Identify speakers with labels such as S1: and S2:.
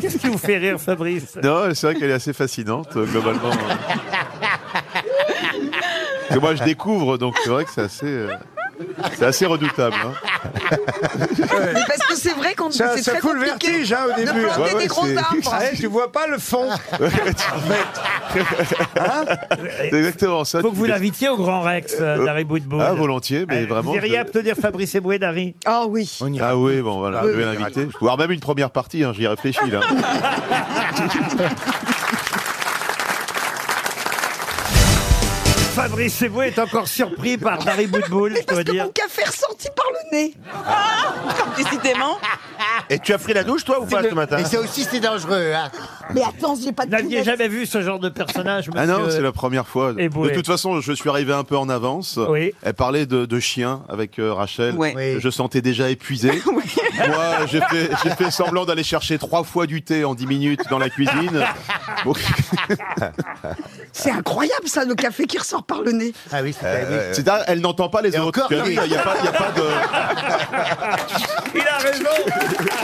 S1: Qu'est-ce qui vous fait rire, Fabrice
S2: Non, c'est vrai qu'elle est assez fascinante, euh, globalement. Parce que moi, je découvre, donc c'est vrai que c'est assez, euh, c'est assez redoutable. hein.
S3: Mais parce que c'est vrai qu'on
S4: Ça,
S3: c'est
S4: ça
S3: très
S4: fout le
S3: compliqué
S4: vertige hein, au
S3: de
S4: début.
S3: planter
S2: Ouais, ouais,
S3: des gros
S2: c'est-
S3: arbres.
S4: Ah, tu vois pas le fond.
S2: C'est exactement ça.
S1: Faut que vous l'invitiez au Grand Rex, euh, Dari Boudboul.
S2: Ah, volontiers, mais
S1: Euh,
S2: vraiment.
S1: Vous iriez
S2: je-
S1: obtenir Fabrice Eboué, Dari
S3: Ah oui.
S2: Ah oui, bon, voilà, je
S3: oui,
S2: vais l'inviter. Voire même une première partie, hein, j'y réfléchis là.
S1: Fabrice Eboué est encore surpris par Dari Boudboul, je
S3: Parce
S1: dois
S3: que
S1: dire.
S3: mon café est ressorti par le nez. Décidément.
S5: Et tu as pris la douche, toi, ou pas, ce matin
S6: Mais ça aussi, c'est dangereux. Hein.
S3: Mais attends, j'ai pas
S1: Vous
S3: de
S1: n'aviez
S3: culotte.
S1: jamais vu ce genre de personnage, monsieur
S2: Ah non, c'est la première fois.
S1: Et vous,
S2: de
S1: ouais.
S2: toute façon, je suis arrivé un peu en avance.
S1: Oui.
S2: Elle parlait de, de chiens avec euh, Rachel.
S3: Ouais.
S6: Oui.
S2: Je sentais déjà épuisé. Moi, j'ai fait, j'ai fait semblant d'aller chercher trois fois du thé en dix minutes dans la cuisine. Donc,
S3: C'est incroyable ça, le café qui ressort par le nez.
S6: Ah oui, c'est ah oui.
S2: c'est- elle n'entend pas les
S6: Et
S2: autres.
S6: encore,
S2: Il n'y a,
S6: oui.
S2: pas- il y a pas de.
S1: Il a raison